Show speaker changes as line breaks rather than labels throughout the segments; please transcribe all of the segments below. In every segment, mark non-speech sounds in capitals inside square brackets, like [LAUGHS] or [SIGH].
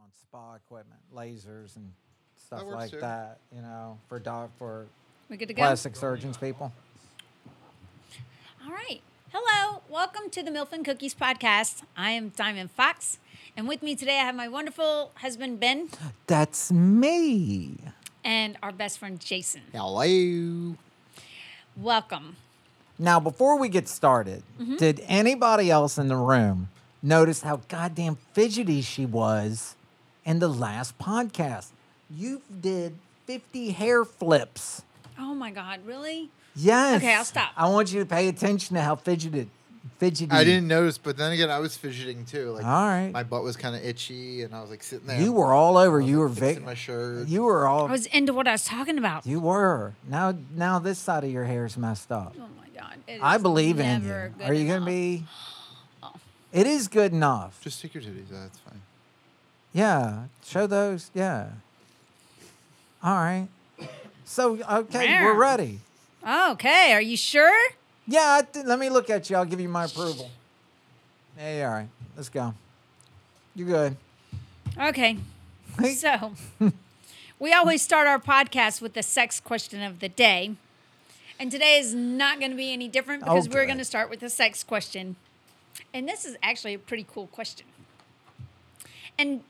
on spa equipment, lasers and stuff
works
like
too.
that. You know, for dog for
We good to go?
plastic surgeons people.
All right. Hello. Welcome to the Milf and Cookies podcast. I am Diamond Fox. And with me today, I have my wonderful husband, Ben,
That's me.
and our best friend, Jason.
Hello.
Welcome.
Now, before we get started,
Mm-hmm.
did anybody else in the room notice how goddamn fidgety she was in the last podcast? You did 50 hair flips.
Oh my God, really?
Yes.
Okay, I'll stop.
I want you to pay attention to how fidgeted, fidgety.
I didn't notice, but then again, I was fidgeting too. Like,
All right.
my butt was kind of itchy, and I was like sitting there.
You were all over.
I was,
You were
like,
Vic.
fixing my shirt.
You were all.
I was into what I was talking about.
Oh. you were. Now, now this side of your hair's messed up.
oh my God. it
I
is
believe in you.
never good
Are you gonna
enough. Oh.
be? It is good enough.
Just take your titties. out,
[LAUGHS]
That's fine.
Yeah, show those. Yeah. All right. So okay, we're
Meow.
ready.
Okay. Are you sure?
Yeah, I th- let me look at you. I'll give you my approval. Yeah, yeah, all right. Let's go. You good?
Okay. So, we always start our podcast with the sex question of the day. And today is not going to be any different because we're
Okay.
going to start with the sex question. And this is actually a pretty cool question. And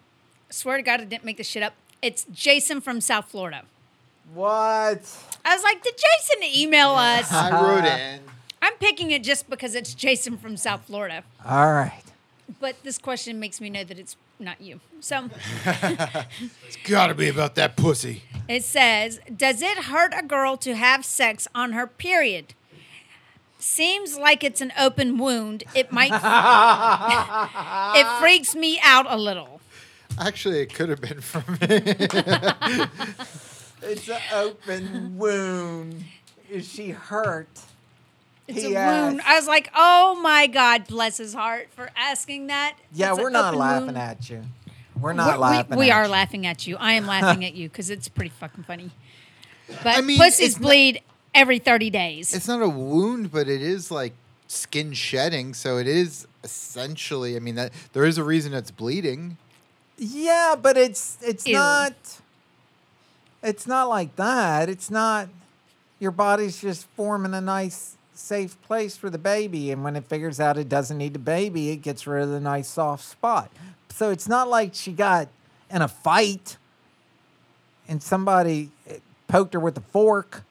swear to God, I didn't make this shit up. It's Jason from South Florida.
What?
I was like, did Jason email us?
I wrote in.
I'm picking it just because it's Jason from South Florida.
All right.
But this question makes me know that it's not you. So.
It's gotta be about that pussy.
It says, Does it hurt a girl to have sex on her period? Seems like it's an open wound. It might.
[LAUGHS]
it freaks me out a little.
Actually, it could have been from me.
[LAUGHS]
[LAUGHS]
It's an open wound. Is she hurt?
It's
He
a wound.
asked-
I was like, Oh my God, bless his heart for asking that.
Yeah,
It's an
we're not
open
laughing
wound.
at you. We're not
We-
laughing.
We, we
at
are
you.
laughing at you. I
[LAUGHS]
am laughing at you because it's pretty fucking funny. But
I mean,
pussies
it's not-
bleed every 30 days.
it's not a wound, but it is like skin shedding. So it is essentially. I mean, that there is a reason it's bleeding.
Yeah, but it's it's
Ew.
not it's not like that. It's not your body's just forming a nice safe place for the baby and when it figures out it doesn't need the baby, it gets rid of the nice soft spot. So it's not like she got in a fight and somebody eh, poked her with a fork.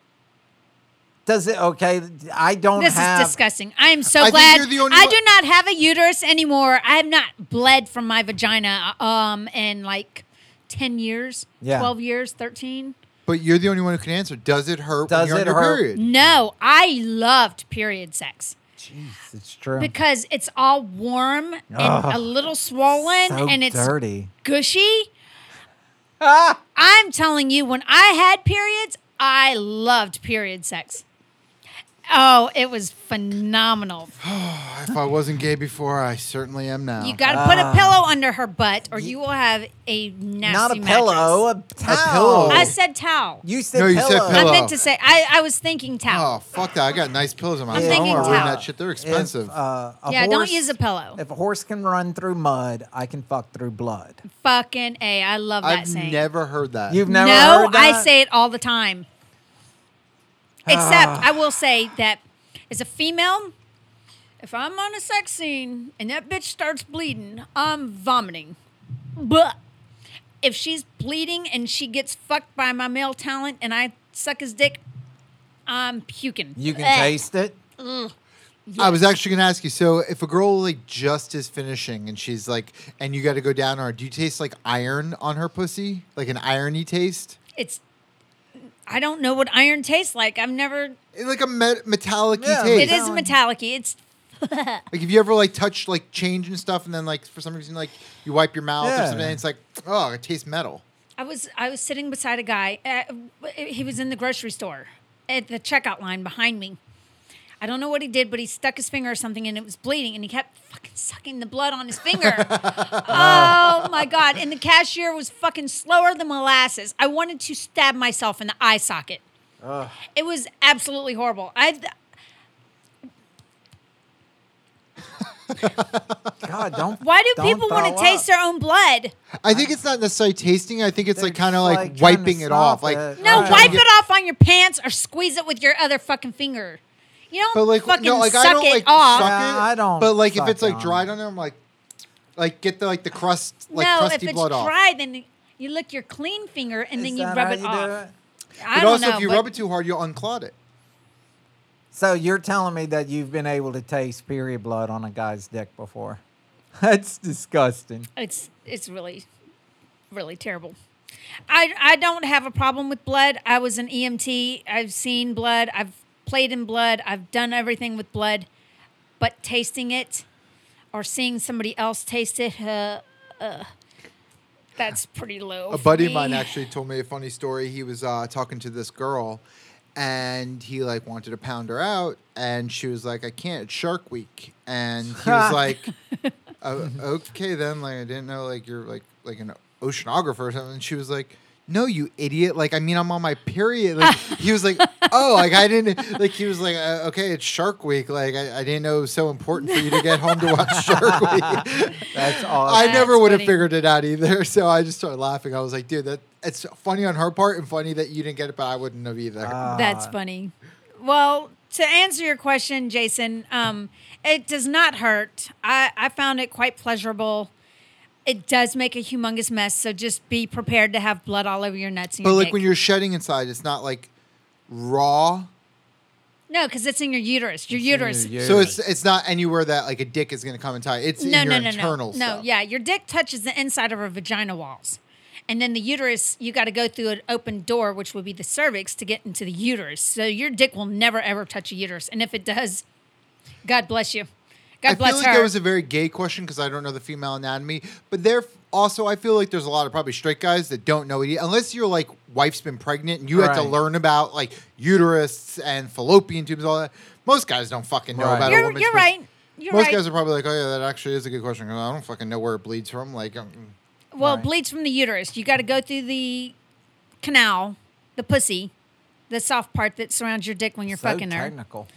Does it okay? I don't
This
have
is disgusting. I am so
I think
glad.
you're the only
I
one-
do not have a uterus anymore. I have not bled from my vagina um in like 10 years,
Yeah.
12 years, 13.
But you're the only one who can answer. Does it hurt?
Does
when you're
it
on your
hurt?
period?
No, I loved period sex
Jeez, it's true.
because it's all warm and a little swollen
so
and it's
dirty.
gushy.
Ah.
I'm telling you, when I had periods, I loved period sex. Oh, it was phenomenal.
If I wasn't gay before, I certainly am now.
You got
Uh,
to put a pillow under her butt, or you will have a
Not
nasty
a pillow,
mattress.
a towel.
pillow.
I said towel.
You said
No, you
pillow.
said
I
pillow.
meant to say I, I was thinking
Oh
towel.
fuck that! I got nice pillows in my
I'm
house. I don't
thinking
want to ruin
towel.
that shit. They're
If,
expensive.
uh, a
yeah, don't
horse-
use a pillow.
If a horse can run through mud, I can fuck through blood.
Fucking a. I love that
I've
saying.
never heard that.
You've never
no,
heard that?
I say it all the time.
Ah.
Except I will say that as a female, if I'm on a sex scene and that bitch starts bleeding, I'm vomiting. But if she's bleeding and she gets fucked by my male talent and I suck his dick, I'm puking.
you can
Ugh.
taste it.
I was actually going to ask you. So, if a girl like just is finishing and she's like, and you got to go down on her, do you taste like iron on her pussy, like an irony taste,
It's. I don't know what iron tastes like. I've never.
Eh, like a me- metallic
Yeah,
It
taste?
is metallic. It's
Like, have you ever like touched like change and stuff, and then like for some reason like you wipe your mouth or
Yeah.
something, and it's like, oh, it tastes metal.
I was I was sitting beside a guy. Uh, he was in the grocery store at the checkout line behind me. I don't know what he did, but he stuck his finger or something, and it was bleeding, and he kept fucking sucking the blood on his
[LAUGHS]
finger. oh my god! And the cashier was fucking slower than molasses. I wanted to stab myself in the eye socket. It was absolutely horrible. I.
God, don't.
[LAUGHS] Why do
don't
people want
throw
to taste
up.
their own blood?
I think it's not necessarily tasting. I think it's
They're
like kind
just,
of
like,
like,
trying to
wiping it off.
stop
Like
it.
No,
Right.
wipe
Yeah.
it off on your pants or squeeze it with your other fucking finger. You don't
But like
fucking
no, like
suck
I don't
it
like
off.
suck
Yeah,
it.
I don't
But like
suck
if it's like
on
dried
it.
on there, I'm like, like get the like the crust, like
no, if
crusty
it's
blood off.
dry, then you lick your clean finger and then
Is
you
that
rub
how
it
you do
off.
it?
I
But
don't
also,
know,
if you
but
rub it too hard, you'll unclog it.
So you're telling me that you've been able to taste period blood on a guy's dick before? [LAUGHS] That's disgusting.
it's it's really, really terrible. I I don't have a problem with blood. I was an EMT. I've seen blood. I've played in blood. I've done everything with blood, but tasting it or seeing somebody else taste it, uh, uh, that's pretty low.
A
for
buddy of
me.
mine actually told me a funny story. He was uh, talking to this girl, and he like wanted to pound her out, and she was like, "I can't. It's Shark Week," and he
[LAUGHS]
was like, "Oh, "Okay then. Like I didn't know like you're like like an oceanographer or something." And she was like. No, you idiot! Like, I mean, I'm on my period. Like, he was
[LAUGHS]
like, "Oh, like I didn't." [LAUGHS] Like, he was like, uh, "Okay, it's Shark Week. Like, I, I didn't know it was so important for you to get home to watch Shark Week." [LAUGHS]
[LAUGHS]
That's awesome.
I never
That's
would have
funny.
figured it out either. [LAUGHS] So I just started laughing. I was like, dude, that it's funny on her part and funny that you didn't get it, but I wouldn't have either.
That's funny. Well, to answer your question, Jason, um, it does not hurt. I, I found it quite pleasurable. It does make a humongous mess, so just be prepared to have blood all over your nuts. And
but
your
like
dick.
when you're shedding inside, it's not like raw.
no, because it's in your uterus. Your uterus.
So it's it's not anywhere that like a dick is gonna come and tie. It's
no,
in
no,
your
no,
internal
no, no.
stuff.
Yeah, your dick touches the inside of her vagina walls, and then the uterus. You got to go through an open door, which would be the cervix, to get into the uterus. So your dick will never ever touch a uterus, and if it does, God bless you. God
I
bless
feel like
her.
that was a very gay question because I don't know the female anatomy. But there also I feel like there's a lot of probably straight guys that don't know it unless your like wife's been pregnant and you had to
Right.
learn about like uterus and fallopian tubes, all that. Most guys don't fucking know
Right.
about a
you're,
woman's
you're
pers-
right. You're
Most
right.
guys are probably like, oh yeah, that actually is a good question. 'cause I don't fucking know where it bleeds from. Like, um,
well,
Right.
bleeds from the uterus. You got to go through the canal, the pussy, the soft part that surrounds your dick when you're
so
fucking her.
technical.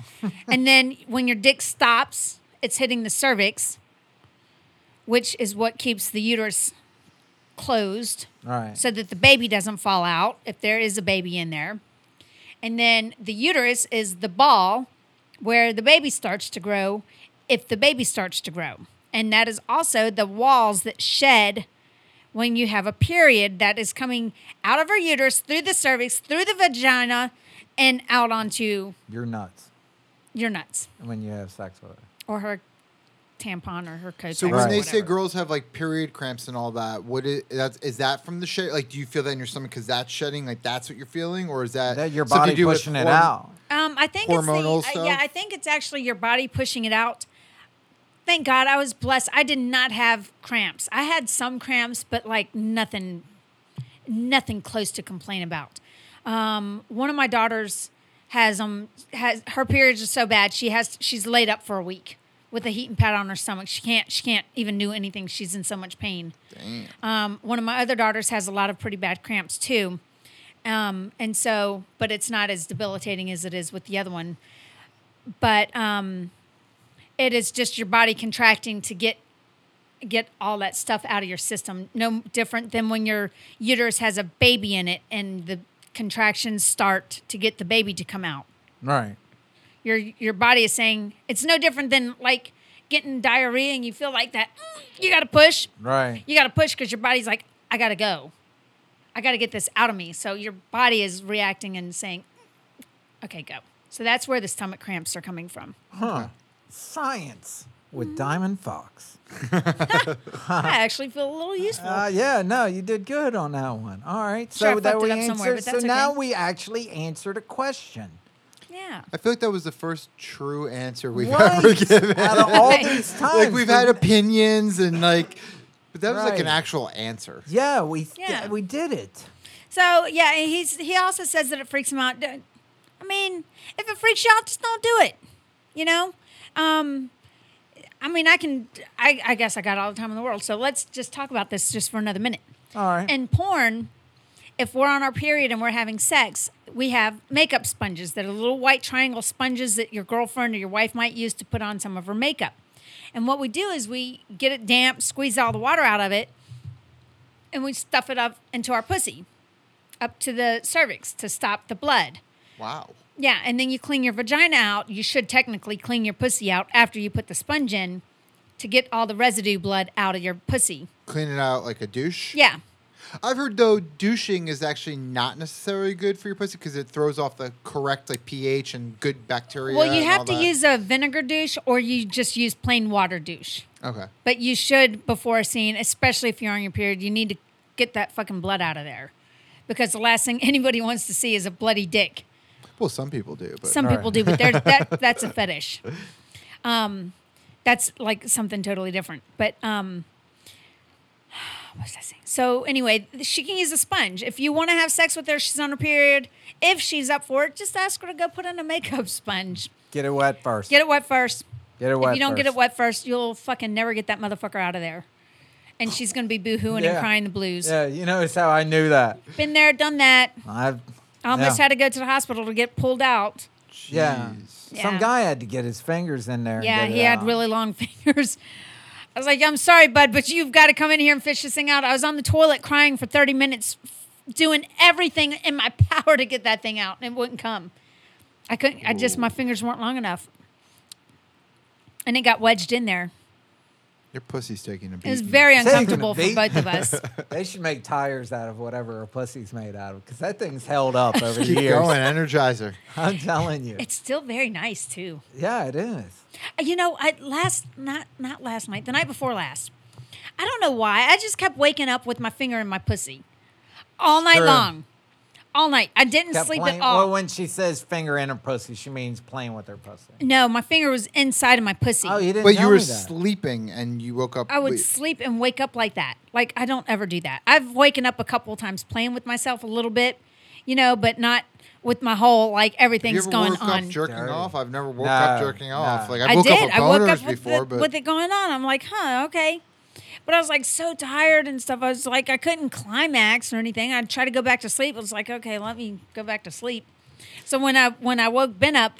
And then when your dick stops, it's hitting the cervix, which is what keeps the uterus closed
Right.
so that the baby doesn't fall out if there is a baby in there. And then the uterus is the ball where the baby starts to grow if the baby starts to grow. And that is also the walls that shed when you have a period that is coming out of her uterus through the cervix, through the vagina, and out onto
you're nuts
your nuts
when you have sex with her.
or her tampon or her coat.
so
Right.
when they say girls have like period cramps and all that, what is that's is that from the shed? Like, do you feel that in your stomach because that's shedding? Like, that's what you're feeling, or is that,
That your
something
body
to do with
pushing it
horm-
out.
Um, I think it's the,
Hormonal
uh, yeah,
stuff?
I think it's actually your body pushing it out. Thank God I was blessed. I did not have cramps. I had some cramps, but like nothing, nothing close to complain about. Um, one of my daughters has um has her periods are so bad she has she's laid up for a week with a heating pad on her stomach. She can't she can't even do anything. She's in so much pain. Um, one of my other daughters has a lot of pretty bad cramps too. Um, and so, but it's not as debilitating as it is with the other one. But um, it is just your body contracting to get get all that stuff out of your system. No different than when your uterus has a baby in it and the contractions start to get the baby to come out.
Right.
Your your body is saying it's no different than like getting diarrhea and you feel like that. "Mm, You got to push
Right.
you got to push because your body's like, I got to go. I got to get this out of me. So your body is reacting and saying, okay, go. So that's where the stomach cramps are coming from.
Science with Diamond Fox.
I actually feel a little useful.
Uh, yeah, no, you did good on that one. All right.
Sure, I
So that
fucked it
we
up somewhere,
answered.
but
So
that's
now
okay.
we actually answered a
[LAUGHS]
question.
yeah.
I feel like that was the first true answer we've ever [LAUGHS]
Right. [LAUGHS]
given.
Out of all these times,
[LAUGHS] like, we've had opinions and like, but that was like
Right.
an actual answer.
Yeah, we
Yeah.
we did it.
So yeah, and he's he also says that it freaks him out. Don't- I mean, if it freaks you out, just don't do it. You know. Um, I mean, I can. I, I guess I got all the time in the world. So let's just talk about this just for another minute.
All right.
In porn, if we're on our period and we're having sex, we have makeup sponges that are little white triangle sponges that your girlfriend or your wife might use to put on some of her makeup. And what we do is we get it damp, squeeze all the water out of it, and we stuff it up into our pussy, up to the cervix to stop the blood.
Wow.
Yeah, and then you clean your vagina out. You should technically clean your pussy out after you put the sponge in to get all the residue blood out of your pussy.
Clean it out like a douche.
Yeah.
I've heard though douching is actually not necessarily good for your pussy because it throws off the correct like pH and good bacteria.
Well, you
and
have
all
to
that.
use a vinegar douche or you just use plain water douche.
Okay.
But you should before a scene, especially if you're on your period, you need to get that fucking blood out of there. Because the last thing [LAUGHS] anybody wants to see is a bloody dick.
Well, some people do, but
Some people do, but
[LAUGHS]
they're, that that's a fetish. Um, that's like something totally different. But um, [SIGHS] what was I saying? So anyway, she can use a sponge. If you want to have sex with her, she's on her period. If she's up for it, just ask her to go put in a makeup sponge.
Get it wet first.
Get it wet first.
Get it
If
wet
you don't get
first.
it wet first, you'll fucking never get that motherfucker out of there. And she's gonna be boohooing and
Yeah.
crying the blues.
Yeah, you notice how I knew that.
Been there, done that.
I've
I almost
yeah.
had to go to the hospital to get pulled out.
Yeah.
Jeez.
Some
Yeah.
guy had to get his fingers in there. and
Yeah,
get it
he had
out.
really long [LAUGHS] fingers. I was like, I'm sorry, bud, but you've got to come in here and fish this thing out. I was on the toilet crying for 30 minutes, f- doing everything in my [LAUGHS] power to get that thing out, and it wouldn't come. I couldn't, I just, my fingers weren't long enough. And it got wedged in there.
Your pussy's taking a beat.
It was very
Taking a
uncomfortable for
beat. [LAUGHS]
both of us.
They should make tires out of whatever a pussy's made out of because that thing's held
[LAUGHS]
up over the
Keep
years.
going, Energizer.
I'm telling you.
It's still very nice, too.
yeah, it is.
Uh, You know, I last not not last night, the night before last. I don't know why. I just kept waking up with my finger in my pussy all night
Sure.
long. All night. I didn't
Kept
sleep
playing-
at all.
Well, when she says finger in her pussy, she means playing with her pussy.
no, my finger was inside of my pussy.
Oh, you [LAUGHS] didn't
But
tell
you were
me that.
sleeping and you woke up.
I would
wait,
sleep and wake up like that. Like I don't ever do that. I've waken up a couple times playing with myself a little bit, you know, but not with my whole like
you
everything's
ever
going
woke
on.
up jerking
Dirty.
off? I've never woke up
No,
jerking off.
no.
Like
I
I've woke up
did.
with
I woke up
boners
with,
before,
the,
but
with it going on. I'm like, huh, okay. But I was like so tired and stuff. I was like, I couldn't climax or anything. I'd try to go back to sleep. I was like, okay, let me go back to sleep. So when I when I woke Ben up,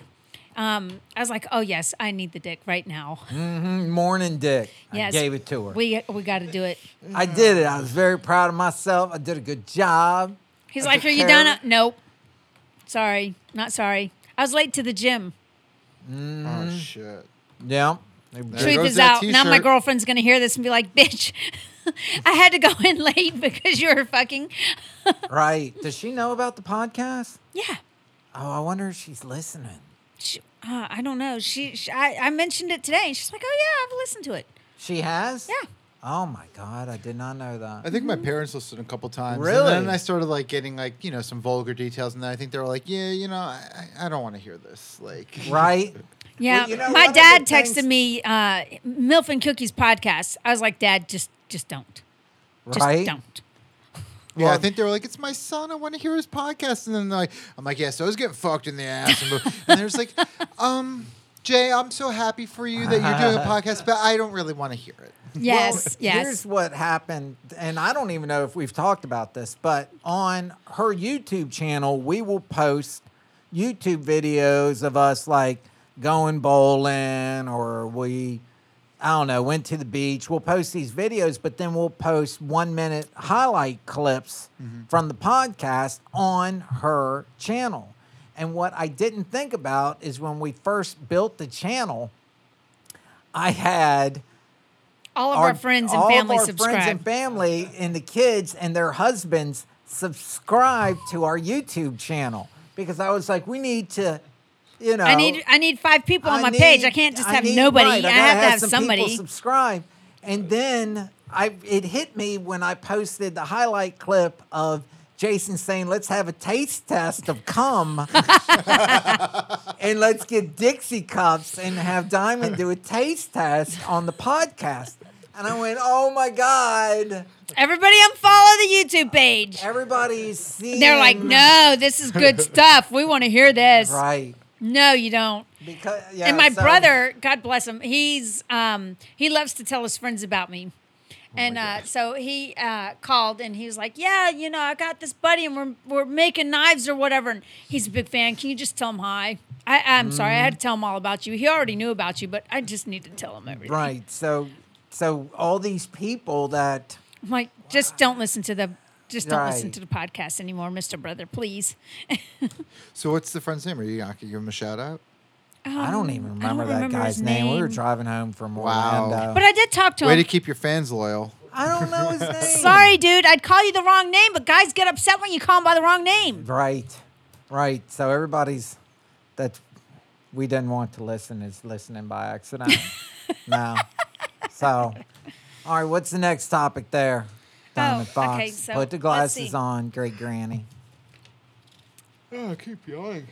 um, I was like, oh yes, I need the dick right now.
Morning dick.
Yes,
I gave it to her.
We we got to do it.
I did it. I was very proud of myself. I did a good job.
He's
I
like,
took
are
care
you
of
done?
it.
Uh, Nope. Sorry, not sorry. I was late to the gym.
Mm-hmm.
oh shit.
Yeah.
There
truth
goes
is
that
out. Now my
t-shirt.
girlfriend's gonna hear this and be like, "Bitch, [LAUGHS] I had to go in late because you were fucking."
Right. Does she know about the podcast?
Yeah,
Oh, I wonder if she's listening.
she, uh, I don't know. She, she I, I mentioned it today, and she's like, "Oh yeah, I've listened to it."
She has?
Yeah.
Oh my God. I did not know that.
I think my parents listened a couple times.
Mm-hmm. Really?
And then I started like getting like, you know, some vulgar details and then I think they were like, Yeah, you know, I, I I don't want to hear this. Like [LAUGHS]
Right?
Yeah,
Well, you know, one
my
of the
dad
things-
texted me uh, "Milf and Cookies" podcast. I was like, "Dad, just, just don't, just
Right?
don't."
Yeah, I think they were like, It's my son, I want to hear his podcast and then they're like I'm like, Yeah, so I was getting fucked in the ass and, [LAUGHS] bo- and they're just like, Um, Jay, I'm so happy for you that
[LAUGHS]
you're doing a podcast, but I don't really want to hear it.
Yes,
[LAUGHS] Well,
yes.
Here's what happened, and I don't even know if we've talked about this, but on her YouTube channel, we will post YouTube videos of us like going bowling or we, I don't know, went to the beach. We'll post these videos, but then we'll post one minute highlight clips
Mm-hmm.
from the podcast on her channel. And what I didn't think about is when we first built the channel, I had
all of our, friends and
all of
family
our
subscribe.
friends and family and the kids and their husbands subscribe to our YouTube channel because I was like, we need to, you know,
I need, I need five people on
I
my page. I
need-
can't just
I
have
need-
nobody.
right,
I,
gotta
have to have,
some people
somebody.
subscribe. And then I it hit me when I posted the highlight clip of Jason saying, "Let's have a taste test of
[LAUGHS]
cum, and let's get Dixie cups and have Diamond do a taste test on the podcast." And I went, "Oh my god,
Everybody, unfollow the YouTube page.
everybody's seeing."
They're like, no, this
[LAUGHS]
is good stuff. We want to hear this.
right?
No, you don't.
Because yeah,
and my
so-
brother, God bless him, he's um, he loves to tell his friends about me.
Oh
And uh, so he uh, called and he was like, "Yeah, you know, I got this buddy and we're we're making knives or whatever." And he's a big fan. Can you just tell him hi? I I, I'm sorry, I had to
Mm-hmm.
tell him all about you. He already knew about you, but I just need to tell him everything.
Right. So, so all these people that
I'm like, just don't listen to the just don't listen
Right.
to the podcast anymore, Mister Brother, please.
So what's the friend's name? Are you not gonna give him a shout out?
I don't even remember
Mm, I don't
that
remember
guy's
his
name. We were
name.
driving home from
Wow.
Orlando.
But I did talk to
Way
him.
to keep your fans loyal.
I don't know [LAUGHS] his name.
Sorry, dude, I'd call you the wrong name, but guys get upset when you call them by the wrong name.
Right. Right. So everybody's that we didn't want to listen is listening by
[LAUGHS]
accident. no. So, all right. What's the next topic there? Diamond
Oh,
Fox.
okay, so
Put the
let's
glasses
see.
on, great granny.
Oh, I keep yawning.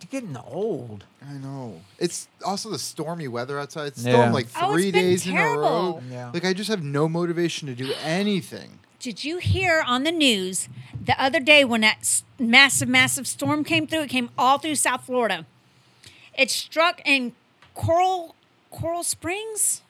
You're getting old.
I know. It's also the stormy weather outside. It's
Yeah.
stormed like
Oh, it's
three
been
days in a row.
terrible.
Yeah.
Like I just have no motivation to do anything.
Did you hear on the news the other day when that s- massive, massive storm came through? It came all through South Florida. It struck in Coral Coral Springs,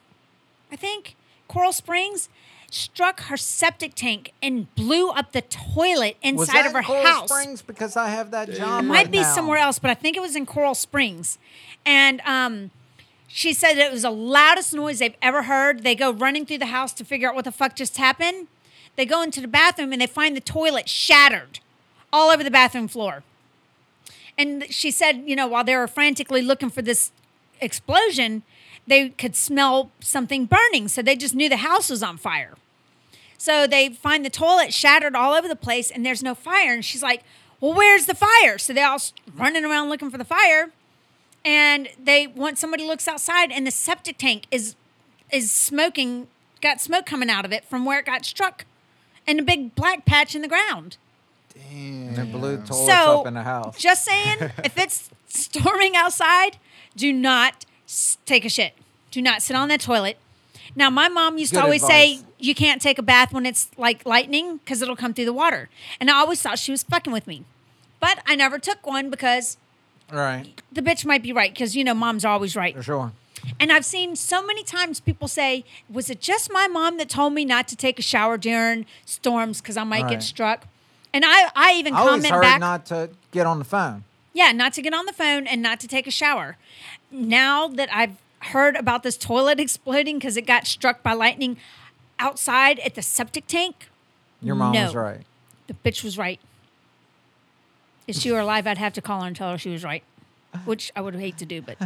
I think. Coral Springs struck her septic tank and blew up the toilet
Was
inside
that
of her
Coral
house.
Springs because I have that job. right
It might be
now.
somewhere else, but I think it was in Coral Springs. And um, she said it was the loudest noise they've ever heard. They go running through the house to figure out what the fuck just happened. They go into the bathroom and they find the toilet shattered all over the bathroom floor. And she said, you know, while they were frantically looking for this explosion, they could smell something burning. So they just knew the house was on fire. So they find the toilet shattered all over the place and there's no fire. And she's like, Well, where's the fire? So they all s- running around looking for the fire. And they once somebody looks outside and the septic tank is is smoking, got smoke coming out of it from where it got struck and a big black patch in the ground.
Damn.
The blue toilets
So
up in the house. [LAUGHS]
just saying, if it's storming outside, do not s- take a shit. Do not sit on the toilet. Now, my mom used
Good
to always say
advice.
you can't take a bath when it's like lightning because it'll come through the water. And I always thought she was fucking with me, but I never took one because
right.
the bitch might be right because you know moms are always right.
Sure.
And I've seen so many times people say, "Was it just my mom that told me not to take a shower during storms because I might
Right.
get struck?" And I, I even
I always
comment
heard
back.
not to get on the phone.
Yeah, not to get on the phone and not to take a shower. Now that I've heard about this toilet [LAUGHS] exploding because it got struck by lightning outside at the septic tank,
Your mom
No.
was right.
the bitch was right. If she were alive, I'd have to call her and tell her she was right, which I would hate
[LAUGHS]
to do, but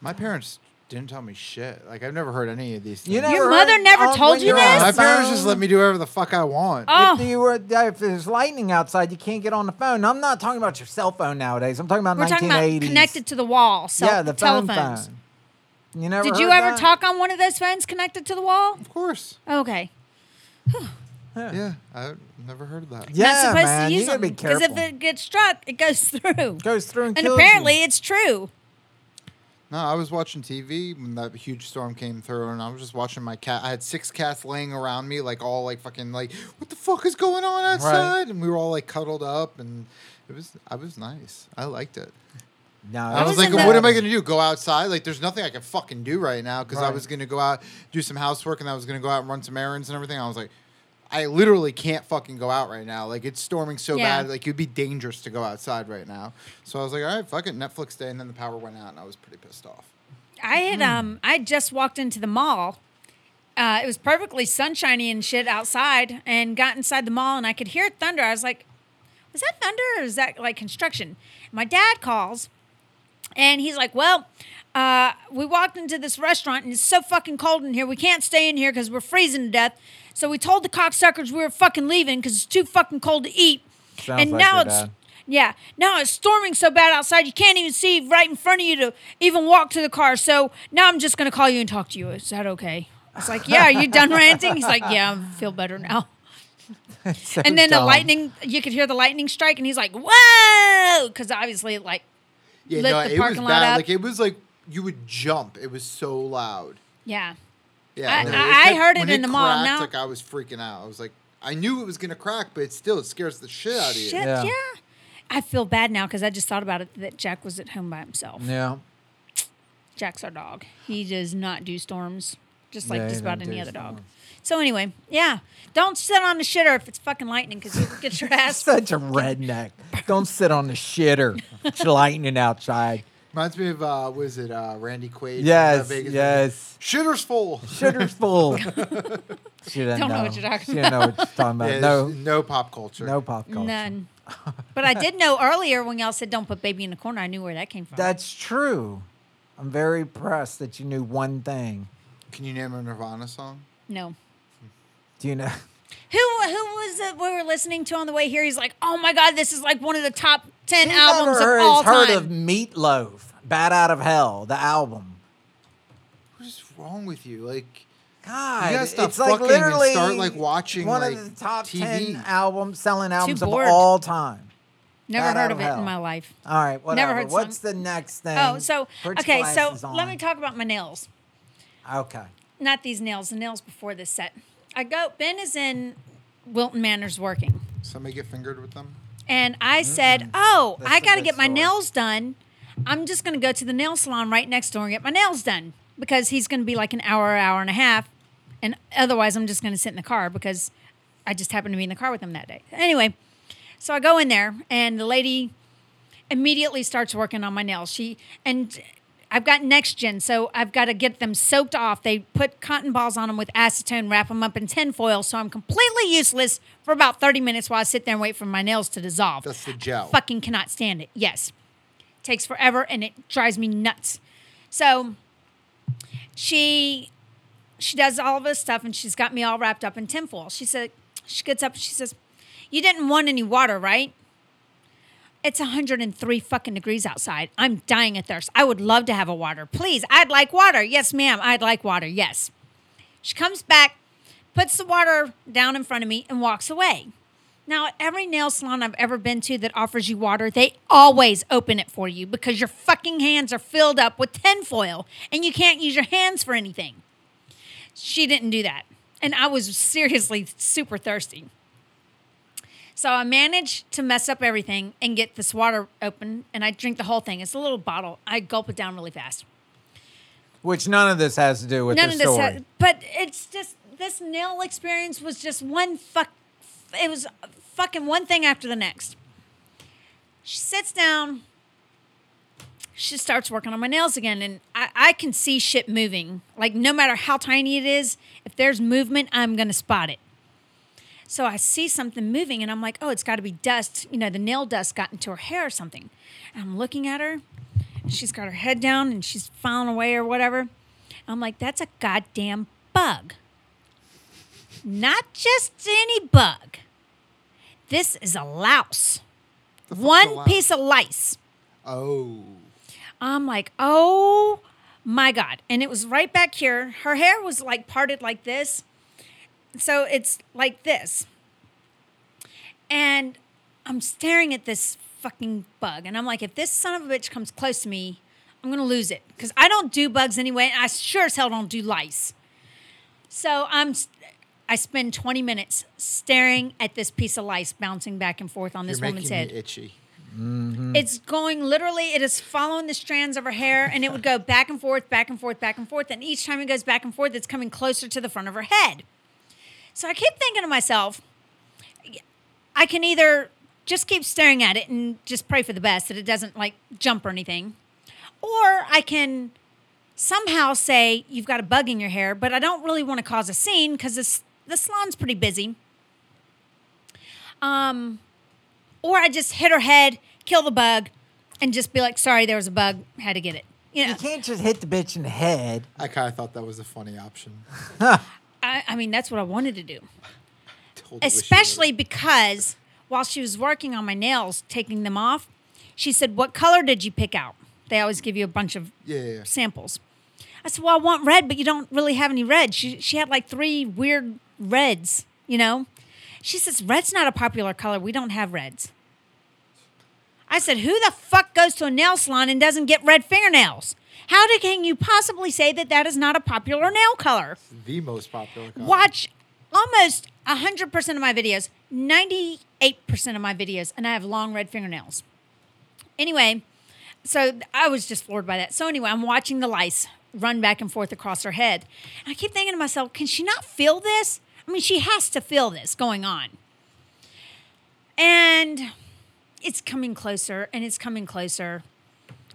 My parents didn't tell me shit. Like I've never heard any of these things.
You never
Your mother
heard
never
of
told
when
you
you're on
Yeah,
this?
the
my parents just
phone?
let me do whatever the fuck I want.
oh,
If you were, if there's lightning outside, you can't get on the phone. I'm not talking about your cell phone nowadays. I'm talking about
we're
1980s.
talking about connected to the wall. So
yeah, the phone
telephones.
phone. You never
Did you
heard
ever
that?
talk on one of those phones connected to the wall?
Of course.
Okay.
Yeah, I've never heard of that.
Yeah,
Not supposed
man,
to
you
use
gotta
them
be
because
careful.
if it gets struck, it goes [LAUGHS] through.
goes through and,
and
kills
apparently
you.
it's true.
No, I was watching TV when that huge storm came through, and I was just watching my cat. I had six cats laying around me, like all like fucking like, what the fuck is going on outside? And we were all like cuddled up, and it was I was nice. I liked it.
No,
I, was,
was
like,
in the-
what am I gonna do? Go outside? Like, there's nothing I can fucking do right now because I
Right.
was gonna go out do some housework, and I was gonna go out and run some errands and everything. I was like. I literally can't fucking go out right now. Like it's storming so
Yeah.
bad, like it'd be dangerous to go outside right now. So I was like, all right, fuck it, Netflix day, and then the power went out, and I was pretty pissed off.
I had um I had just walked into the mall. Uh, it was perfectly sunshiny and shit outside, and got inside the mall and I could hear thunder. I was like, "Was that thunder or is that like construction?" My dad calls, and he's like, "Well, uh, we walked into this restaurant and it's so fucking cold in here. We can't stay in here because we're freezing to death. So we told the cocksuckers we were fucking leaving because it's too fucking cold to eat.
Sounds
and
like
now
your
it's."
dad.
Yeah, now it's storming so bad outside you can't even see right in front of you to even walk to the car. So now I'm just gonna call you and talk to you. Is that okay? It's like, yeah, are you done ranting? He's like, yeah, I feel better now.
[LAUGHS]
and then the
dumb.
lightning, you could hear the lightning strike, and he's like, whoa, because obviously, like,
Yeah,
lit
no,
the
it was
parking lot
bad.
up.
Like it was like you would jump. It was so loud.
yeah,
Yeah,
I-
and
I- I
kept-
heard it
when
in the mall.
cracked,
Now-
like I was freaking out. I was like, I knew it was gonna crack, but it still it scares the shit out of you.
shit,
Yeah.
yeah. I feel bad now because I just thought about it that Jack was at home by himself.
Yeah.
Jack's our dog. He does not do storms, just like
Yeah, he
just about
doesn't
any
do
other dog.
storms.
So anyway, yeah, don't sit on the shitter if it's fucking lightning because you'll
[LAUGHS]
get your ass.
Such a redneck. Don't sit on the
[LAUGHS]
shitter. It's lightning outside.
Reminds me of uh, was it uh, Randy Quaid? from, uh,
Yes,
Vegas?
yes. [LAUGHS]
Shitter's full.
Shitter's
[LAUGHS]
full. she doesn't
Don't know
know.
what you're talking
She doesn't know what you're talking about.
Yeah,
no,
there's no pop culture.
no pop culture. [LAUGHS]
None. But I did know earlier when y'all said don't put baby in the corner. I knew where that came from.
That's true. I'm very impressed that you knew one thing.
Can you name a Nirvana song?
no.
Do you know?
Who who was it we were listening to on the way here? He's like, oh my god, this is like one of the top ten
Who
[LAUGHS] albums of
ever
all
has heard
time.
of Meatloaf, Bad Out of Hell, the album.
What is wrong with you? Like,
God,
You gotta stop
it's like
fucking and
literally
start, like, watching,
one of
like,
the top
TV.
ten albums, selling albums of
bored.
all time.
Never
Bad
heard
Out
of
of
it in
Hell.
my life.
All right, whatever.
heard
What's
some-
the next thing?
Oh, so
Put your
okay, so
glasses on.
let me talk about my nails.
Okay,
Not these nails, the nails before this set. I go. Ben is in Wilton Manors working,
somebody get fingered with them?
and I said, oh,
Mm-hmm. That's
I
a
got to
good
get my
story.
nails done. I'm just going to go to the nail salon right next door and get my nails done because he's going to be like an hour, hour and a half, and otherwise I'm just going to sit in the car because I just happened to be in the car with him that day. Anyway, so I go in there, and the lady immediately starts working on my nails. She and I've got next gen, so I've got to get them soaked off. They put cotton balls on them with acetone, wrap them up in tin foil, so I'm completely useless for about 30 minutes while I sit there and wait for my nails to dissolve.
That's the gel.
Fucking cannot stand it. Yes. Takes forever and it drives me nuts. So she she does all of this stuff and she's got me all wrapped up in tinfoil. She said she gets up and she says, You didn't want any water, right? It's 103 fucking degrees outside. I'm dying of thirst. I would love to have a water. Please, I'd like water. Yes, ma'am. I'd like water. Yes. She comes back, puts the water down in front of me, and walks away. Now, at every nail salon I've ever been to that offers you water, they always open it for you because your fucking hands are filled up with tinfoil and you can't use your hands for anything. She didn't do that. And I was seriously super thirsty. So I managed to mess up everything and get this water open, and I drink the whole thing. It's a little bottle. I gulp it down really fast.
which none of this has to do with
None
the
of this,
story.
ha- but it's just this nail experience was just one fuck. It was fucking one thing after the next. She sits down. She starts working on my nails again, and I, I can see shit moving. Like no matter how tiny it is, if there's movement, I'm gonna spot it. So I see something moving, and I'm like, oh, it's got to be dust. You know, the nail dust got into her hair or something. And I'm looking at her. and She's got her head down and she's filing away or whatever. I'm like, that's a goddamn bug. Not just any bug. This is a louse. One
a louse?
piece of lice.
Oh,
I'm like, oh my God. And it was right back here. Her hair was like parted like this. So it's like this. And I'm staring at this fucking bug. And I'm like, if this son of a bitch comes close to me, I'm going to lose it. Because I don't do bugs anyway. And I sure as hell don't do lice. So I'm. St- I spend 20 minutes staring at this piece of lice bouncing back and forth on this
you're making
woman's
me
head.
itchy.
It's going literally, it is following the strands of her hair and it would go back and forth, back and forth, back and forth. And each time it goes back and forth, it's coming closer to the front of her head. So I keep thinking to myself, I can either just keep staring at it and just pray for the best that it doesn't like jump or anything, or I can somehow say, You've got a bug in your hair, but I don't really want to cause a scene because this, the salon's pretty busy. Um, or I just hit her head, kill the bug, and just be like, sorry, there was a bug, had to get it. You know,
You can't just hit the bitch in the head.
I kind of thought that was a funny option. [LAUGHS]
I, I mean, that's what I wanted to do.
Totally wish you would've-
Especially because while she was working on my nails, taking them off, she said, What color did you pick out? They always give you a bunch of
Yeah, yeah, yeah.
samples. I said, Well, I want red, but you don't really have any red. She, she had like three weird reds, you know? She says, Red's not a popular color. We don't have reds. I said, Who the fuck goes to a nail salon and doesn't get red fingernails? How do, can you possibly say that that is not a popular nail color?
the most popular. Color.
Oh. watch almost 100% of my videos, 98% of my videos, and I have long red fingernails. Anyway, so I was just floored by that. So anyway, I'm watching the lice run back and forth across her head. And I keep thinking to myself, can she not feel this? I mean, she has to feel this going on. And it's coming closer and it's coming closer.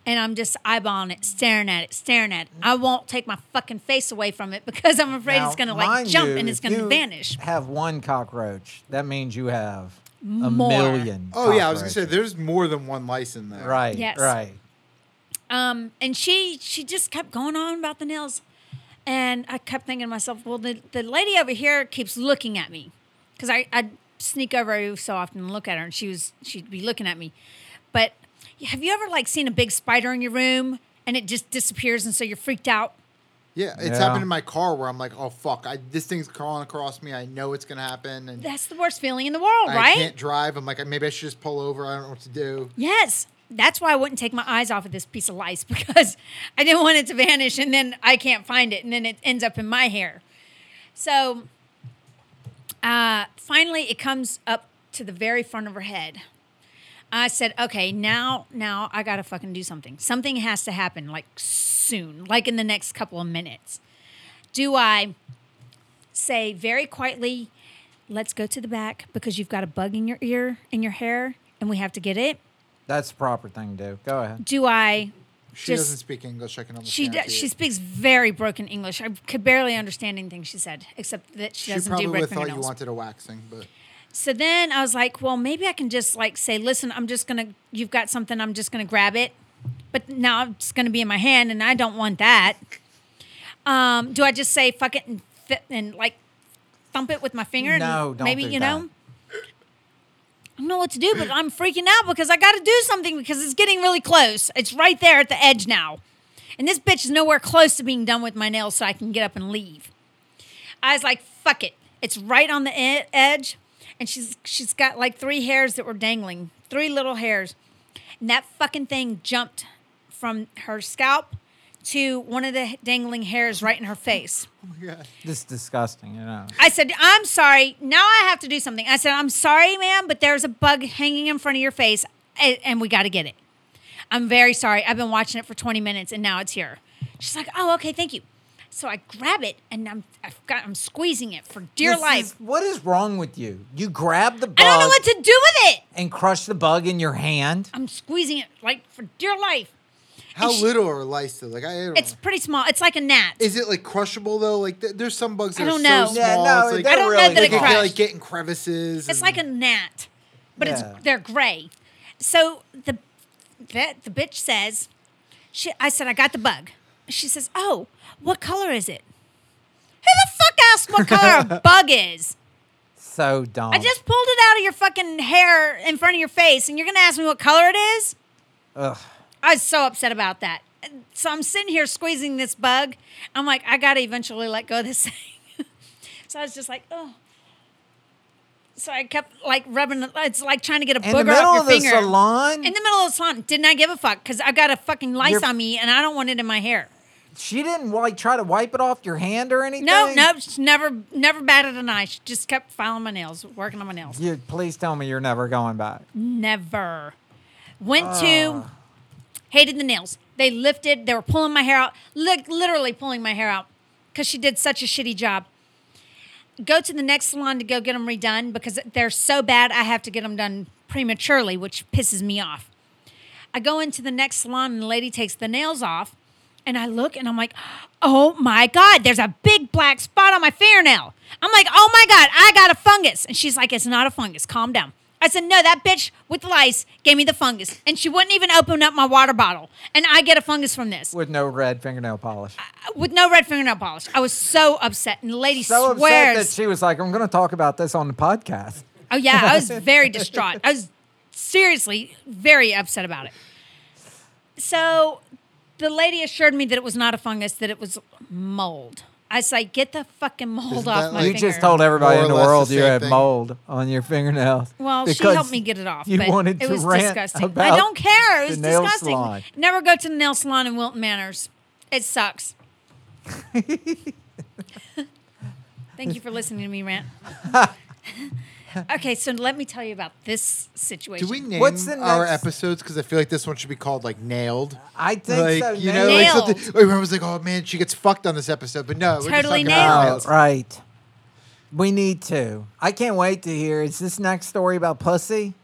And I'm just eyeballing it, staring at it, staring at it. I won't take my fucking face away from it because I'm afraid
Now,
it's gonna like
mind
jump
you,
and it's
if
gonna
you
vanish.
Have one cockroach. That means you have a
More.
million.
Oh yeah, I was gonna say
cockroaches.
there's more than one lice in there.
Right.
Yes.
Right.
Um, and she she just kept going on about the nails, and I kept thinking to myself, well, the, the lady over here keeps looking at me, because I I sneak over every so often and look at her, and she was she'd be looking at me, but have you ever like seen a big spider in your room and it just disappears, and so you're freaked out?
Yeah, it's
Yeah.
happened in my car where I'm like, oh fuck, I, this thing's crawling across me. I know it's gonna happen, and
That's the worst feeling in the world,
I
right?
can't drive. I'm like, maybe I should just pull over. I don't know what to do.
Yes. That's why I wouldn't take my eyes off of this piece of lice [LAUGHS] because I didn't want it to vanish and then I can't find it and then it ends up in my hair. So uh, finally, it comes up to the very front of her head. I said, okay, now, now I gotta fucking do something. Something has to happen like soon, like in the next couple of minutes. Do I say very quietly, let's go to the back because you've got a bug in your ear, in your hair, and we have to get it?
That's the proper thing to do. Go ahead.
do I?
She
Just-
doesn't speak English. I can almost
She d-
guarantee
she
it.
speaks very broken English. I could barely understand anything she said, except that she,
She
doesn't do
probably would
red
have thought you
fingernails.
wanted a waxing, but oh
So then I was like, well, maybe I can just like say, listen, I'm just gonna. You've got something. I'm just gonna grab it. But now it's gonna be in my hand, and I don't want that. Um, do I just say fuck it and fi- and like thump it with my finger?
No,
and
don't
Maybe
do
you
that.
know. I don't know what to do, but I'm freaking out because I got to do something because it's getting really close. It's right there at the edge now. And this bitch is nowhere close to being done with my nails so I can get up and leave. I was like, fuck it. It's right on the e- edge. And she's she's got like three hairs that were dangling, three little hairs. And that fucking thing jumped from her scalp to one of the dangling hairs right in her face.
oh my god,
This is disgusting. You know.
I said, I'm sorry. Now I have to do something. I said, I'm sorry, ma'am, but there's a bug hanging in front of your face and, and we got to get it. I'm very sorry. I've been watching it for 20 minutes and now it's here. She's like, oh, okay, thank you. So I grab it and I'm, I've got, I'm squeezing it for dear
This
life.
is- what is wrong with you? You grab the bug
I don't know what to do with it.
and crush the bug in your hand.
I'm squeezing it like for dear life.
how
she-
little are lice? Though? Like I don't
It's
know.
pretty small. It's like a gnat.
Is it like crushable though? Like th- there's some bugs that
I don't
are so
know. Yeah,
small.
no,
it's
they're
like,
I don't
really
know that
like,
it
you
small.
crushed.
can like get in crevices. and-
It's like a gnat, but
Yeah.
it's they're gray. So the vet, the bitch says, she, I said, I got the bug. She says, Oh, what color is it? Who the fuck asked
[LAUGHS]
what color a bug is?
So dumb.
I just pulled it out of your fucking hair in front of your face, and you're gonna ask me what color it is?
Ugh.
I was so upset about that. And So I'm sitting here squeezing this bug. I'm like, I gotta eventually let go of this [LAUGHS] thing. so I was just like, oh. So I kept like rubbing. the- It's like trying to get a
in
booger
the middle
off your
of the
finger.
salon.
In the middle of the salon, did not give a fuck because I got a fucking lice
You're-
on me and I don't want it in my hair.
she didn't like try to wipe it off your hand or anything.
No, no, she's never, never batted an eye. She just kept filing my nails, working on my nails.
You please tell me you're never going back.
Never. Went to, hated the nails. They lifted, they were pulling my hair out, li- literally pulling my hair out because she did such a shitty job. Go to the next salon to go get them redone because they're so bad, I have to get them done prematurely, which pisses me off. I go into the next salon and the lady takes the nails off. And I look and I'm like, oh my God, there's a big black spot on my fingernail. I'm like, oh my God, I got a fungus. And she's like, it's not a fungus. Calm down. I said, no, that bitch with lice gave me the fungus. And she wouldn't even open up my water bottle. And I get a fungus from this
With no red fingernail polish.
with no red fingernail polish. I was so upset. And the lady
So upset
swears.
that she was like, I'm going to talk about this on the podcast.
Oh yeah,
[LAUGHS]
I was very distraught. I was seriously very upset about it. So the lady assured me that it was not a fungus, that it was mold. I was like, get the fucking mold
Isn't
off
that
my
like-
You
finger.
just told everybody
More
in the
or less the
world you
same
had
thing.
mold on your fingernails.
well, she
because
helped me get it off.
You
but
wanted
it
to
was
rant
disgusting.
about
I don't care. It
the
was
nail
disgusting.
salon.
Never go to the nail salon in Wilton Manors.
[LAUGHS]
It sucks.
[LAUGHS]
Thank you for listening to me rant. [LAUGHS] Okay, so let me tell you about this situation.
Do we name
What's the
our
next-
episodes? Because I feel like this one should be called like Nailed.
I think
like,
so.
You know,
Nailed.
like
Nailed.
something. Like, everyone was like, "Oh man, she gets fucked on this episode," but no, we're just
Totally
talking about
Oh, right. We need to. I can't wait to hear. Is this next story about pussy?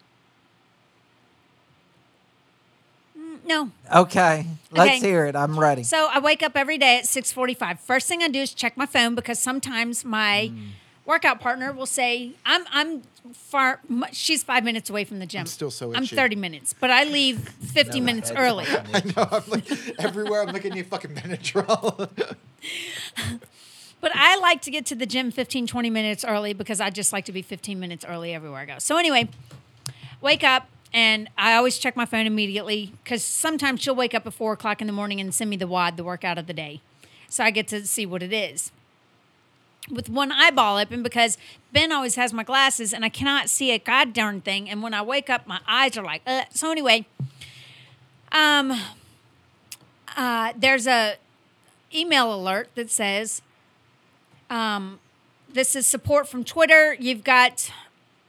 no.
Okay, let's
Okay.
hear it. I'm ready.
So I wake up every day at 6:45. First thing I do is check my phone because sometimes my
Mm.
workout partner will say I'm I'm far mu- she's 5 minutes away from the gym. I'm
still so
I'm
itchy.
30 minutes, but I leave 50 minutes
[LAUGHS]
early.
No, I'm like everywhere. I'm looking at you, fucking Benadryl.
But I like to get to the gym 15, 20 minutes early because I just like to be 15 minutes early everywhere I go. So, anyway, wake up and I always check my phone immediately because sometimes she'll wake up at four o'clock in the morning and send me the WAD, the workout of the day. So I get to see what it is with one eyeball open because Ben always has my glasses and I cannot see a god darn thing. And when I wake up, my eyes are like, uh. so anyway, um, uh, there's a email alert that says, this is support from Twitter. You've got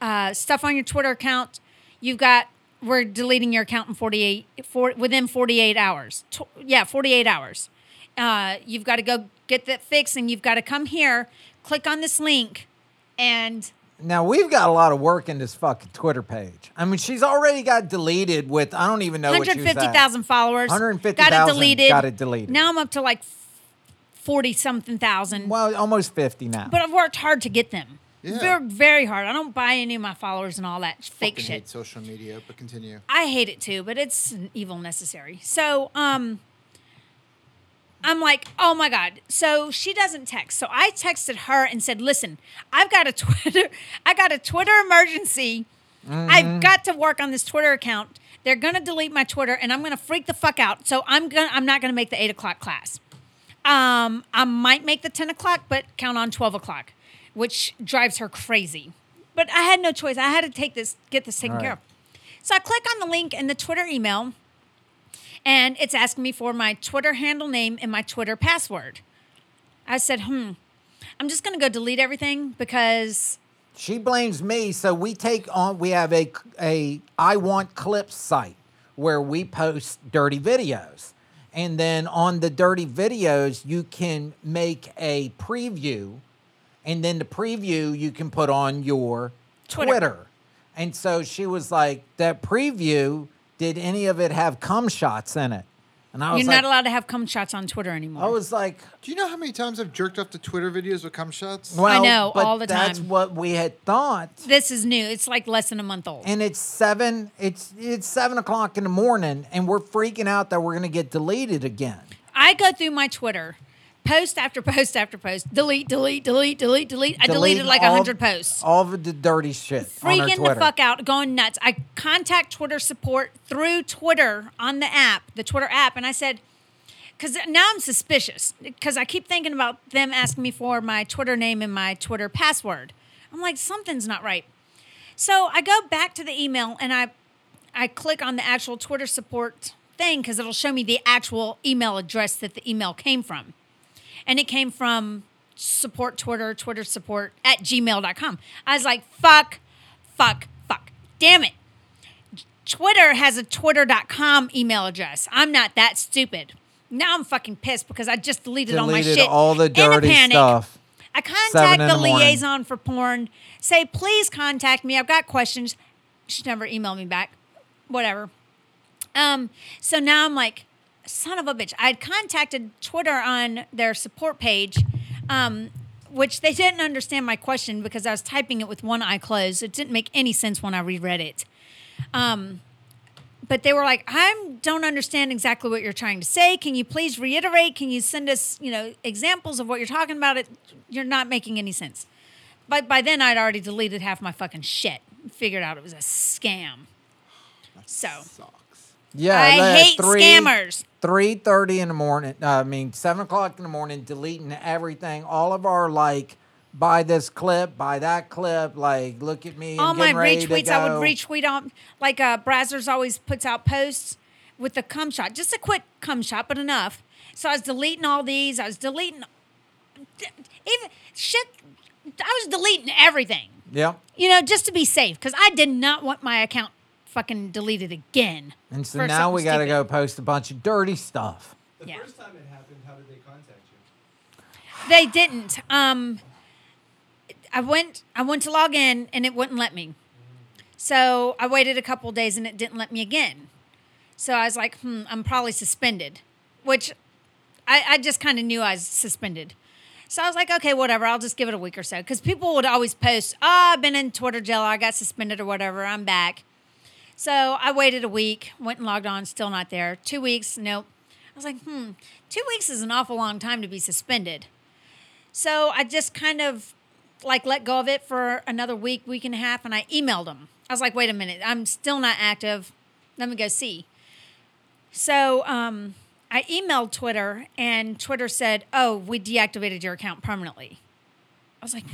uh, stuff on your Twitter account. You've got we're deleting your account in 48 for, within 48 hours. Tw- yeah, 48 hours. Uh, you've got to go get that fixed and you've got to come here, click on this link and
now we've got a lot of work in this fucking Twitter page. I mean, she's already got deleted with I don't even know what she was at.
150,000 followers.
150,000,
Got it deleted.
got it deleted.
Now I'm up to like 40 something thousand.
Well, almost fifty now.
But I've worked hard to get them.
Yeah.
Very, very hard. I don't buy any of my followers and all that fake
Fucking
shit.
hate social media, but continue.
I hate it too, but it's an evil necessary. So, um, I'm like, oh my God. So she doesn't text. So I texted her and said, listen, I've got a [LAUGHS] Twitter, I got a Twitter emergency. I've got to work on this Twitter account. They're gonna delete my Twitter and I'm gonna freak the fuck out. So I'm gonna I'm not gonna make the eight o'clock class. Um, I might make the 10 o'clock, but count on 12 o'clock, which drives her crazy. But I had no choice. I had to take this, get this taken
All
care of.
right.
So I click on the link in the Twitter email, and it's asking me for my Twitter handle name and my Twitter password. I said, hmm, I'm just going to go delete everything because
She blames me, so we take on. We have a a I want clips site where we post dirty videos, and then on the dirty videos you can make a preview, and then the preview you can put on your Twitter.
Twitter.
And so she was like, "That preview, did any of it have cum shots in it?" And I was
you're
like,
not allowed to have cum shots on Twitter anymore.
"I was like,
Do you know how many times I've jerked off to Twitter videos with cum shots?
well,
know,
but
all the
that's
time.
what we had thought."
this is new. It's like less than a month old.
and it's seven it's it's seven o'clock in the morning and we're freaking out that we're gonna get deleted again
I go through my Twitter, post after post after post, delete, delete, delete, delete, delete. I deleted
Deleting
like
all-
100 posts.
all of the dirty shit on our
freaking the
Twitter.
fuck out, going nuts. I contact Twitter support through Twitter on the app, the Twitter app, and I said, because now I'm suspicious because I keep thinking about them asking me for my Twitter name and my Twitter password. I'm like, something's not right. So I go back to the email and I, I click on the actual Twitter support thing because it'll show me the actual email address that the email came from and it came from support twitter twitter support at gmail.com i was like fuck fuck fuck damn it twitter has a twitter.com email address i'm not that stupid now i'm fucking pissed because i just deleted, all my
Deleted
shit
all the
in a
dirty
panic.
stuff.
i
Seven
contact
in
the,
the morning.
liaison for porn say please contact me i've got questions she never emailed me back whatever um, so now I'm like, son of a bitch. I had contacted Twitter on their support page, um, which they didn't understand my question because I was typing it with one eye closed. It didn't make any sense when I reread it. Um, but they were like, I don't understand exactly what you're trying to say. Can you please reiterate? Can you send us, you know, examples of what you're talking about? It you're not making any sense. But by then I'd already deleted half my fucking shit. Figured out it was a scam. So
Sucks.
yeah
I
that
hate scammers.
three thirty in the morning uh, i mean seven o'clock in the morning deleting everything all of our like buy this clip buy that clip like look at me
all
I'm
my
getting ready to
retweets i
go.
would retweet on like uh brazzers always puts out posts with the cum shot just a quick cum shot but enough so i was deleting all these i was deleting even shit i was deleting everything
Yep.
You know, just to be safe, because I did not want my account fucking deleted again.
And so
for
now we
something
got to
stupid.
go post a bunch of dirty stuff.
The
Yeah.
first time it happened, how did they contact you?
They didn't. Um, I went. I went to log in, and it wouldn't let
Mm.
me. So I waited a couple days, and it didn't let me again. So I was like, "Hmm, I'm probably suspended," which I, I just kind of knew I was suspended. So I was like, "Okay, whatever. I'll just give it a week or so," because people would always post, "Ah, I've been in Twitter jail. I got suspended or whatever. I'm back." So I waited a week, went and logged on, still not there. Two weeks, nope. I was like, "Hmm, two weeks is an awful long time to be suspended." So I just kind of like let go of it for another week, week and a half, and I emailed them. I was like, wait a minute, I'm still not active. Let me go see. So um, I emailed Twitter, and Twitter said, oh, we deactivated your account permanently. I was like,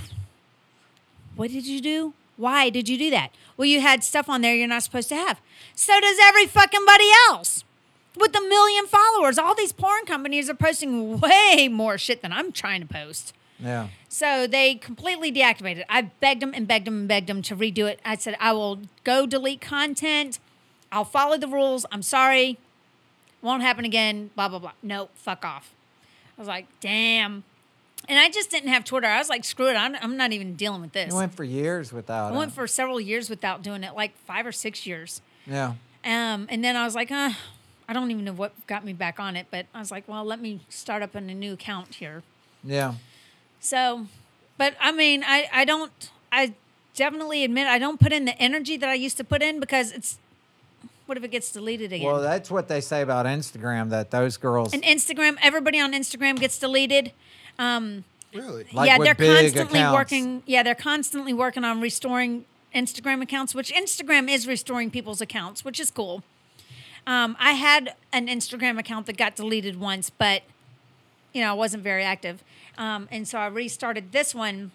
what did you do? Why did you do that? Well, you had stuff on there you're not supposed to have. So does every fucking buddy else with a million followers. All these porn companies are posting way more shit than I'm trying to post.
Yeah.
So they completely deactivated. it. I begged them and begged them and begged them to redo it. I said, I will go delete content. I'll follow the rules. I'm sorry. Won't happen again. Blah, blah, blah. No, fuck off. I was like, damn. And I just didn't have Twitter. I was like, screw it. I'm, I'm not even dealing with this.
You went for years without
I went
it.
for several years without doing it, like five or six years.
yeah.
Um, and then I was like, uh, I don't even know what got me back on it, but I was like, well, let me start up in a new account here.
Yeah.
So, but I mean, I, I don't, I definitely admit I don't put in the energy that I used to put in because it's, what if it gets deleted again?
Well, that's what they say about Instagram that those girls
and Instagram, everybody on Instagram gets deleted. Um,
Really?
Like
yeah,
with
they're
big
constantly
accounts.
working. Yeah, they're constantly working on restoring Instagram accounts, which Instagram is restoring people's accounts, which is cool. Um, I had an Instagram account that got deleted once, but you know I wasn't very active, um, and so I restarted this one,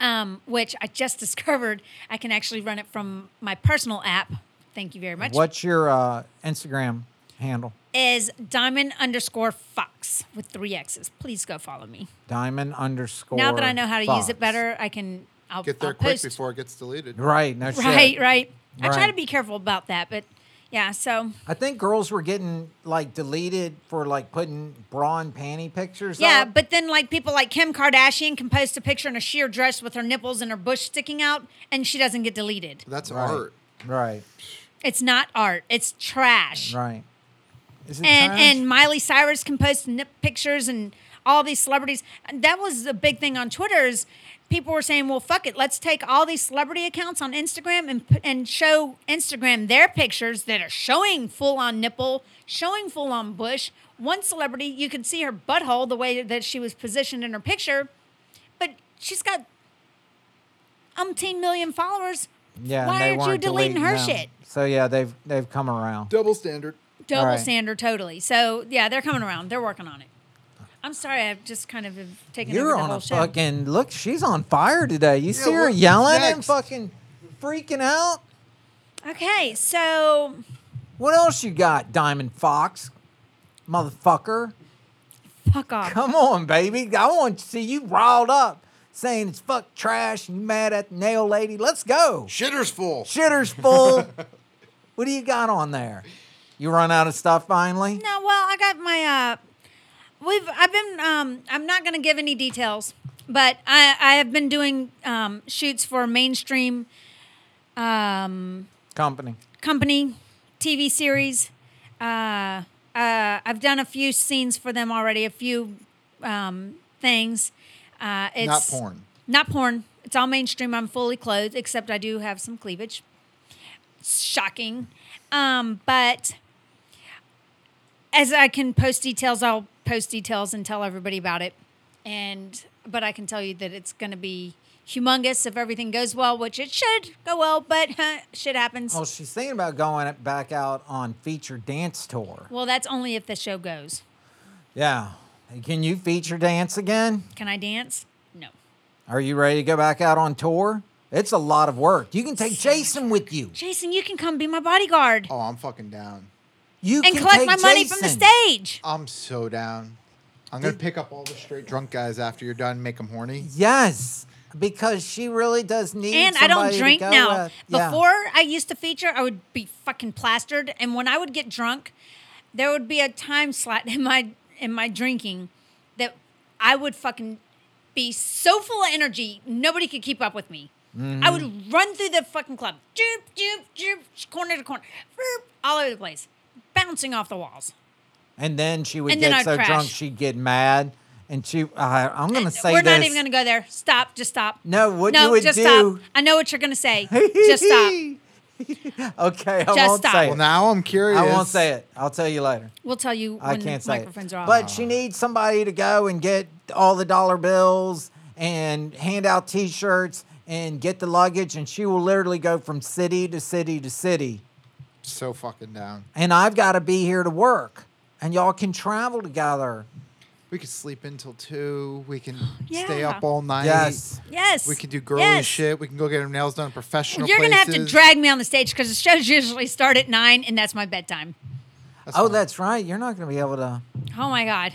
um, which I just [LAUGHS] discovered I can actually run it from my personal app. Thank you very much.
What's your uh, Instagram handle?
is diamond underscore fox with three X's? Please go follow me.
Diamond underscore.
now that I know how to use
Fox.
it better, I can. I'll
Get there
I'll
quick
post.
before it gets deleted.
Right. No shit.
Right, right. I try
Right.
to be careful about that, but yeah. So
I think girls were getting like deleted for like putting bra and panty pictures.
yeah,
up.
but then like people like Kim Kardashian can post a picture in a sheer dress with her nipples and her bush sticking out, and she doesn't get deleted.
That's
Right.
art.
right,
It's not art. It's trash.
right. Is it
and
trash?
and Miley Cyrus can post nip pictures and all these celebrities. That was the big thing on Twitter is people were saying, "Well, fuck it, let's take all these celebrity accounts on Instagram and p- and show Instagram their pictures that are showing full on nipple, showing full on bush." One celebrity, you could see her butthole the way that she was positioned in her picture, but she's got umpteen million followers.
yeah, and
why
they
aren't you
weren't
deleting her
them.
shit?
So yeah, they've they've come around.
Double standard.
double
Right.
standard totally. So yeah, they're coming around. They're working on it. I'm sorry, I've just kind of have taken over
You're
the
on
whole
a
show.
fucking look. She's on fire today. You see her
what's
yelling and
next?
fucking freaking out.
Okay, so
What else you got, Diamond Fox, motherfucker?
fuck off.
Come on, baby. I want to see you riled up, saying it's fuck trash and you mad at the nail lady. Let's go.
Shitter's full.
Shitter's full. what do you got on there? You run out of stuff finally?
No, well, I got my uh we've I've been um I'm not gonna give any details, but I I have been doing um shoots for mainstream um
Company.
company TV series. Uh, uh, I've done a few scenes for them already, a few um, things. Uh, it's
Not porn.
Not porn. It's all mainstream. I'm fully clothed, except I do have some cleavage. It's shocking, um, but as I can post details, I'll post details and tell everybody about it. And but I can tell you that it's going to be humongous if everything goes well, which it should go well. But huh, shit happens.
Well, she's thinking about going back out on feature dance tour.
Well, that's only if the show goes.
Yeah. Can you feature dance again?
Can I dance? No.
Are you ready to go back out on tour? It's a lot of work. You can take Jason with you.
Jason, you can come be my bodyguard
Oh, I'm fucking down.
You
and
can
collect
take
my money from the
Jason.
stage.
I'm so down. I'm gonna pick up all the straight drunk guys after you're done. Make them horny.
Yes. because she really does need.
And I don't
somebody to
drink
go
now.
with. Yeah.
Before I used to feature, I would be fucking plastered, and when I would get drunk, there would be a time slot [LAUGHS] in my in my drinking that I would fucking be so full of energy nobody could keep up with me. I
Mm-hmm.
would run through the fucking club, joop joop joop, corner to corner, boop, all over the place, bouncing off the walls.
and then she would
And then
get
I'd
so
crash.
drunk she'd get mad, and she. I I'm gonna say
We're
this.
not even going to go there. Stop. Just stop.
No, what
no,
you would
just
do-
stop. I know what you're going
[LAUGHS]
to say. just stop.
okay, I
Just
won't
stop.
say
Well,
it.
now I'm curious.
I won't say it. I'll tell you later.
We'll tell you
I
when
can't
the
say
microphones
it.
are off.
But she needs somebody to go and get all the dollar bills and hand out T-shirts and get the luggage, and she will literally go from city to city to city.
So fucking down.
And I've got to be here to work, and y'all can travel together.
We could sleep in till two. We can stay
[GASPS] Yeah.
up all night.
Yes.
yes.
We can do girly
Yes.
shit. We can go get our nails done at professional.
You're gonna have to
places.
drag me on the stage because the shows usually start at nine, and that's my bedtime.
oh,
fine.
that's right. You're not going to be able to
Oh my god.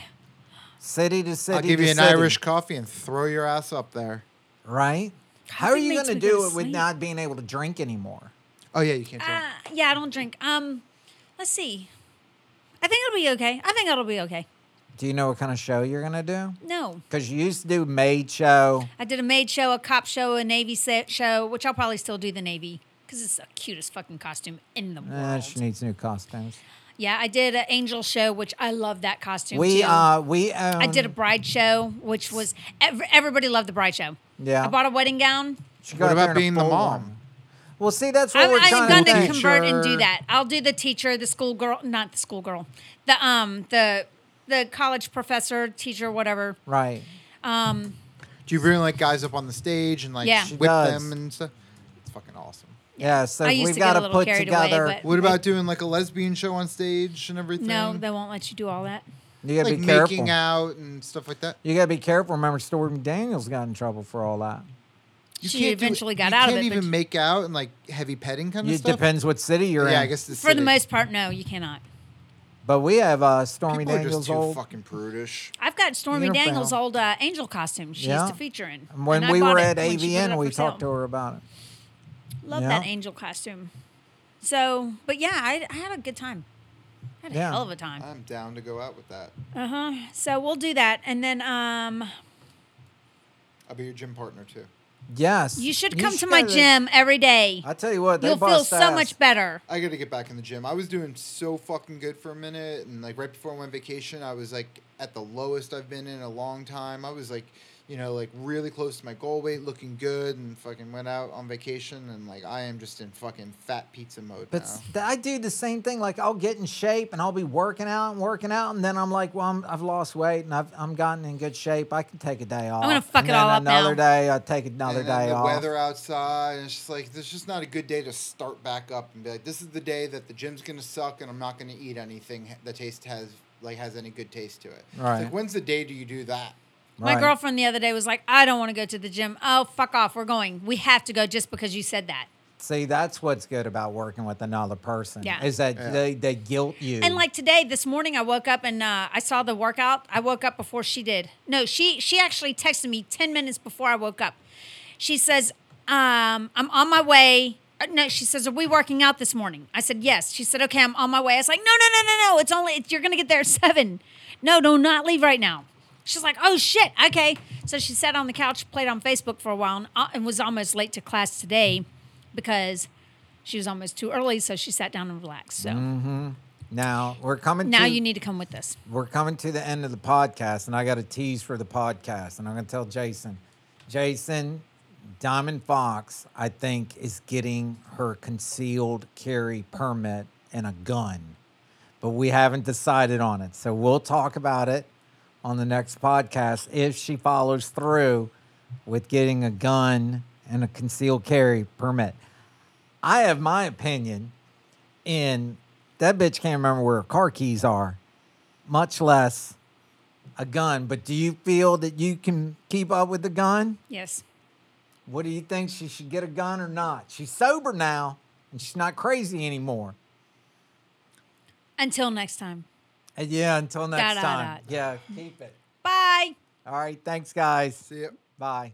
city to city.
I'll give
to
you an
city,
Irish coffee and throw your ass up there.
right? How are
Coffee
you
makes
going to
me
do
go to
it with
sleep.
not being able to drink anymore?
Oh yeah, you can't.
Uh,
drink.
yeah, I don't drink. Um, let's see. I think it'll be okay. I think it'll be okay.
Do you know what kind of show you're going to do?
No,
Because you used to do maid show.
I did a maid show, a cop show, a navy set show, which I'll probably still do the navy because it's the cutest fucking costume in the world.
Uh, she needs new costumes.
yeah, I did an angel show, which I love that costume.
We
too.
uh we own
I did a bride show, which was ev- everybody loved the bride show.
Yeah.
I bought a wedding gown.
She
What
got there
about
in a
being the
full
mom?
one. Well, see, that's what
I'm,
we're
I'm
trying
going
to
to
do.
convert and do
Teacher.
that. I'll do the teacher, the school girl, not the school girl, the um, the the college professor, teacher, whatever.
right.
Um,
Do you bring like guys up on the stage and like
Yeah.
sh-
She
with
does.
them and stuff? It's fucking awesome.
Yeah. So
I used
we've
to get
got
a little
put
carried away,
together.
but-
What about doing like a lesbian show on stage and everything?
no, they won't let you do all that.
you gotta
like
be
making
careful.
out and stuff like that.
You gotta be careful. Remember, Stormy Daniels got in trouble for all that.
You
She
can't do-
eventually got
you
out of
can't
it, but
even
you-
make out and like heavy petting kind of
It
stuff.
depends what city you're
Yeah,
in.
I guess the
For the
city.
most part, no, you cannot.
But we have uh, Stormy
people are just
Daniels
too
old.
fucking prudish.
I've got Stormy
You're
Daniels'
bound.
old uh, angel costume she
Yeah.
used to feature in.
And when
and I
we
bought
were
it
at
when she put it
AVN,
up
we
for
talked to
sale.
her about it.
Love
Yeah.
that angel costume. So, but yeah, I, I had a good time. I had a
Yeah.
hell of a time.
I'm down to go out with that.
Uh huh. So we'll do that, and then um,
I'll be your gym partner too.
Yes.
you should come to my
gotta-
gym every day.
I tell you what, they
You'll feel
bust
so
ass.
much better.
I got to get back in the gym. I was doing so fucking good for a minute, and like right before I went vacation, I was like at the lowest I've been in a long time. I was like, you know, like really close to my goal weight, looking good, and fucking went out on vacation, and like I am just in fucking fat pizza mode
But
now.
s- th- I do the same thing. Like I'll get in shape and I'll be working out and working out, and then I'm like, well, I'm, I've lost weight and I've I'm gotten in good shape. I can take a day off.
gonna fuck
And
it all
then
up now.
Another day, I take another
and then
day
the
off.
weather outside, and it's just like there's just not a good day to start back up and be like, this is the day that the gym's gonna suck, and I'm not gonna eat anything that taste has like has any good taste to it. It's
Right.
like when's the day do you do that?
Right.
My girlfriend the other day was like, "I don't want to go to the gym. Oh, fuck off. We're going. We have to go just because you said that."
See, that's what's good about working with another person.
Yeah.
Is that
Yeah.
they, they guilt you.
And like today, this morning, I woke up and uh, I saw the workout. I woke up before she did. No, she she actually texted me ten minutes before I woke up. She says, um, "I'm on my way." Uh, No, she says, "Are we working out this morning?" I said, "Yes." She said, "Okay, I'm on my way." I was like, "No, no, no, no, no! It's only it's, you're gonna get there at seven. No, do not leave right now." She's like, "Oh shit, okay." So she sat on the couch, played on Facebook for a while, and, uh, and was almost late to class today because she was almost too early. So she sat down and relaxed. So
now we're coming
now
to
you need to come with us.
we're coming to the end of the podcast, and I got a tease for the podcast, and I'm gonna tell Jason. Jason, Diamond Fox, I think, is getting her concealed carry permit and a gun. But we haven't decided on it. So we'll talk about it on the next podcast if she follows through with getting a gun and a concealed carry permit. I have my opinion, and that bitch can't remember where her car keys are, much less a gun. But do you feel that you can keep up with the gun?
Yes.
What do you think? She should get a gun or not? She's sober now and she's not crazy anymore.
Until next time.
Uh, yeah, until next
Da-da-da.
time. Yeah, keep it.
Bye.
All right. Thanks, guys.
See ya.
Bye.